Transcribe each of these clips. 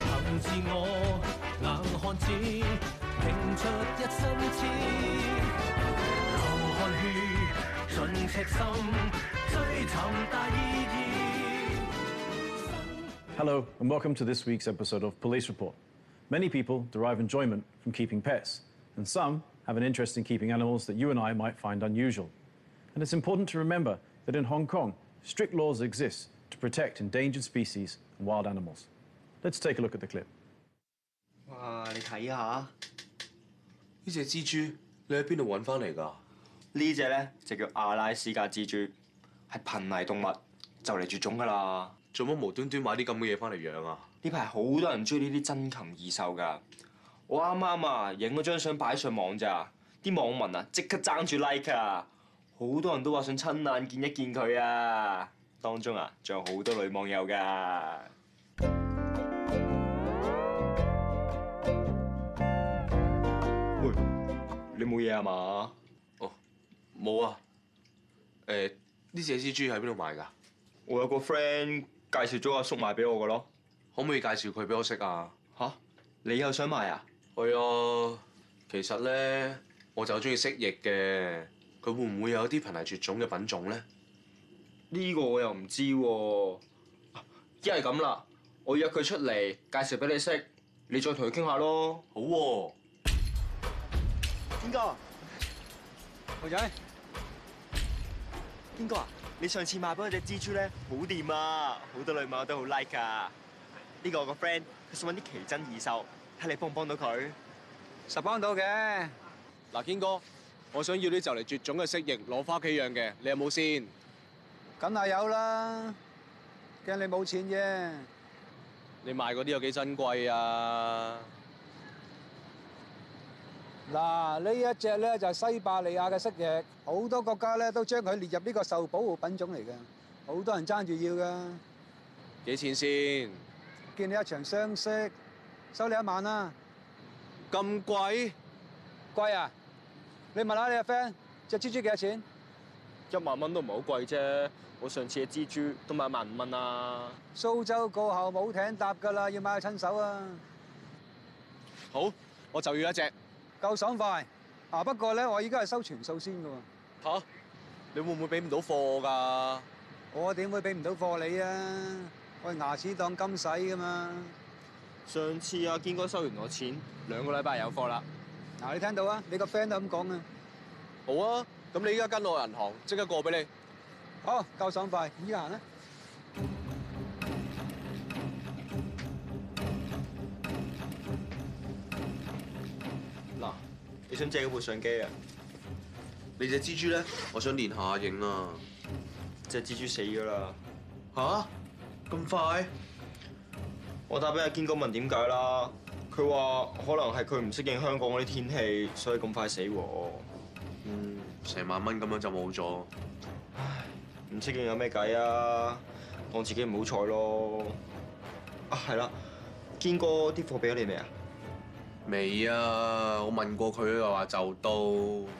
能自我，硬漢子拼出一身痴，流汗血，盡赤心，追尋大意義。 Hello, and welcome to this week's episode of Police Report. Many people derive enjoyment from keeping pets, and some have an interest in keeping animals that you and I might find unusual. And it's important to remember that in Hong Kong, strict laws exist to protect endangered species and wild animals. Let's take a look at the clip. 哇！你睇下呢只蜘蛛，你喺邊度揾翻嚟㗎？呢只咧就叫阿拉斯加蜘蛛，係瀕危動物，就嚟絕種㗎啦。做乜無端端買啲咁嘅嘢翻嚟養啊？呢排好多人追呢啲珍禽異獸㗎。我啱啱啊影咗張相擺上網咋，啲網民啊即刻爭住 like 啊，好多人都話想親眼見一見佢啊。當中啊仲有好多女網友㗎。喂，你冇嘢啊嘛？哦冇啊！誒、呢只蜘蛛喺邊度買㗎？我有個 friend 介紹咗阿叔賣俾我嘅咯。可唔可以介紹佢俾我識啊？吓？你又想買啊？係啊，其實咧我就中意蜥蜴嘅，佢會唔會有啲瀕危絕種嘅品種咧？呢個我又唔知喎、啊一係咁啦，我約佢出嚟介紹俾你識，你再同佢傾下咯。好喎、邊個？豪仔，邊個啊？你上次買俾我只蜘蛛咧，好掂啊！好多女網友都好 like 噶。呢個我個 friend 佢想揾啲奇珍異獸，睇你幫唔幫到佢？實幫到嘅，嗱，堅哥，我想要啲就嚟絕種嘅蜥蜴攞翻屋企養嘅，你有冇先？梗係有啦。驚你冇錢啫。你賣嗰啲有幾珍貴啊？嗱，呢一隻咧就係西伯利亞嘅蜥蜴，好多國家咧都將佢列入呢個受保護品種嚟嘅，好多人爭住要㗎。幾錢先？見你一場相識，收你一萬啦。咁貴？貴啊！你問下你個 friend 只蜘蛛幾多錢？一萬蚊都唔係好貴啫，我上次嘅蜘蛛都買萬五蚊啊啦。蘇州過後冇艇搭㗎啦，要買去親手啊！好，我就要一隻。夠爽快啊！不過咧，我依家係收全數先㗎喎。吓、你會唔會俾唔到貨㗎？我點會俾唔到貨你啊？我係牙齒當金使㗎嘛！上次啊，堅哥收完我錢，兩個禮拜有貨啦。嗱，你聽到啊？你個 friend 都咁講啊！好啊，咁你依家跟我銀行，即刻過俾你。好，夠爽快，依家行啦。嗱，你想借嗰部相機啊？你只蜘蛛咧，我想練下影啊！只蜘蛛死咗啦！吓、咁快？我打俾阿堅哥問點解啦，佢話可能係佢唔適應香港嗰啲天氣，所以咁快死喎。嗯，成萬蚊咁樣就冇咗。唔適應有咩計啊？當自己唔好彩咯。啊，係啦，堅哥啲貨俾咗你未啊？未啊，我問過佢，又話就到。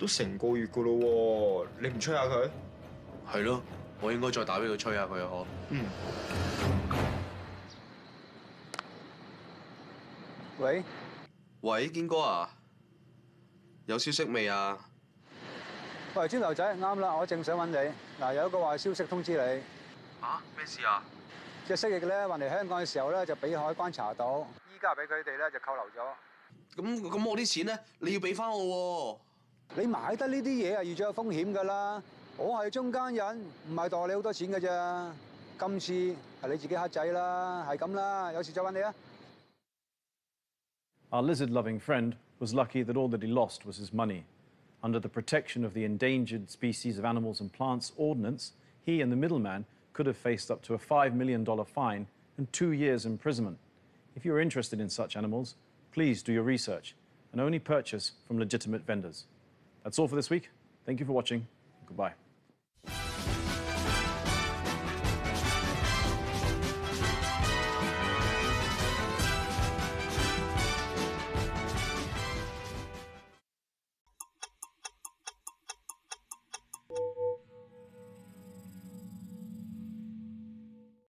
都成個月噶咯喎，你唔吹下佢？係咯，我應該再打俾佢吹下佢啊！我嗯。喂，喂，堅哥啊，有消息未啊？喂，豬頭仔，啱啦，我正想揾你。嗱，有一個壞消息通知你，啊，咩事啊？只蜥蜴咧運嚟香港嘅時候咧就俾海關查到，依家俾佢哋咧就扣留咗。咁咁我啲錢咧，你要俾翻我你買得呢啲嘢啊，預咗有風險㗎啦。我係中間人，唔係代你好多錢㗎咋。今次係你自己黑仔啦，係咁啦，有事再揾你啊。 Our lizard loving friend was lucky that all that he lost was his money. Under the Protection of the Endangered Species of Animals and Plants Ordinance, he and the middleman could have faced up to a $5 million fine and two years' imprisonment. If you're interested in such animals, please do your research and only purchase from legitimate vendors. That's all for this week. Thank you for watching. Goodbye.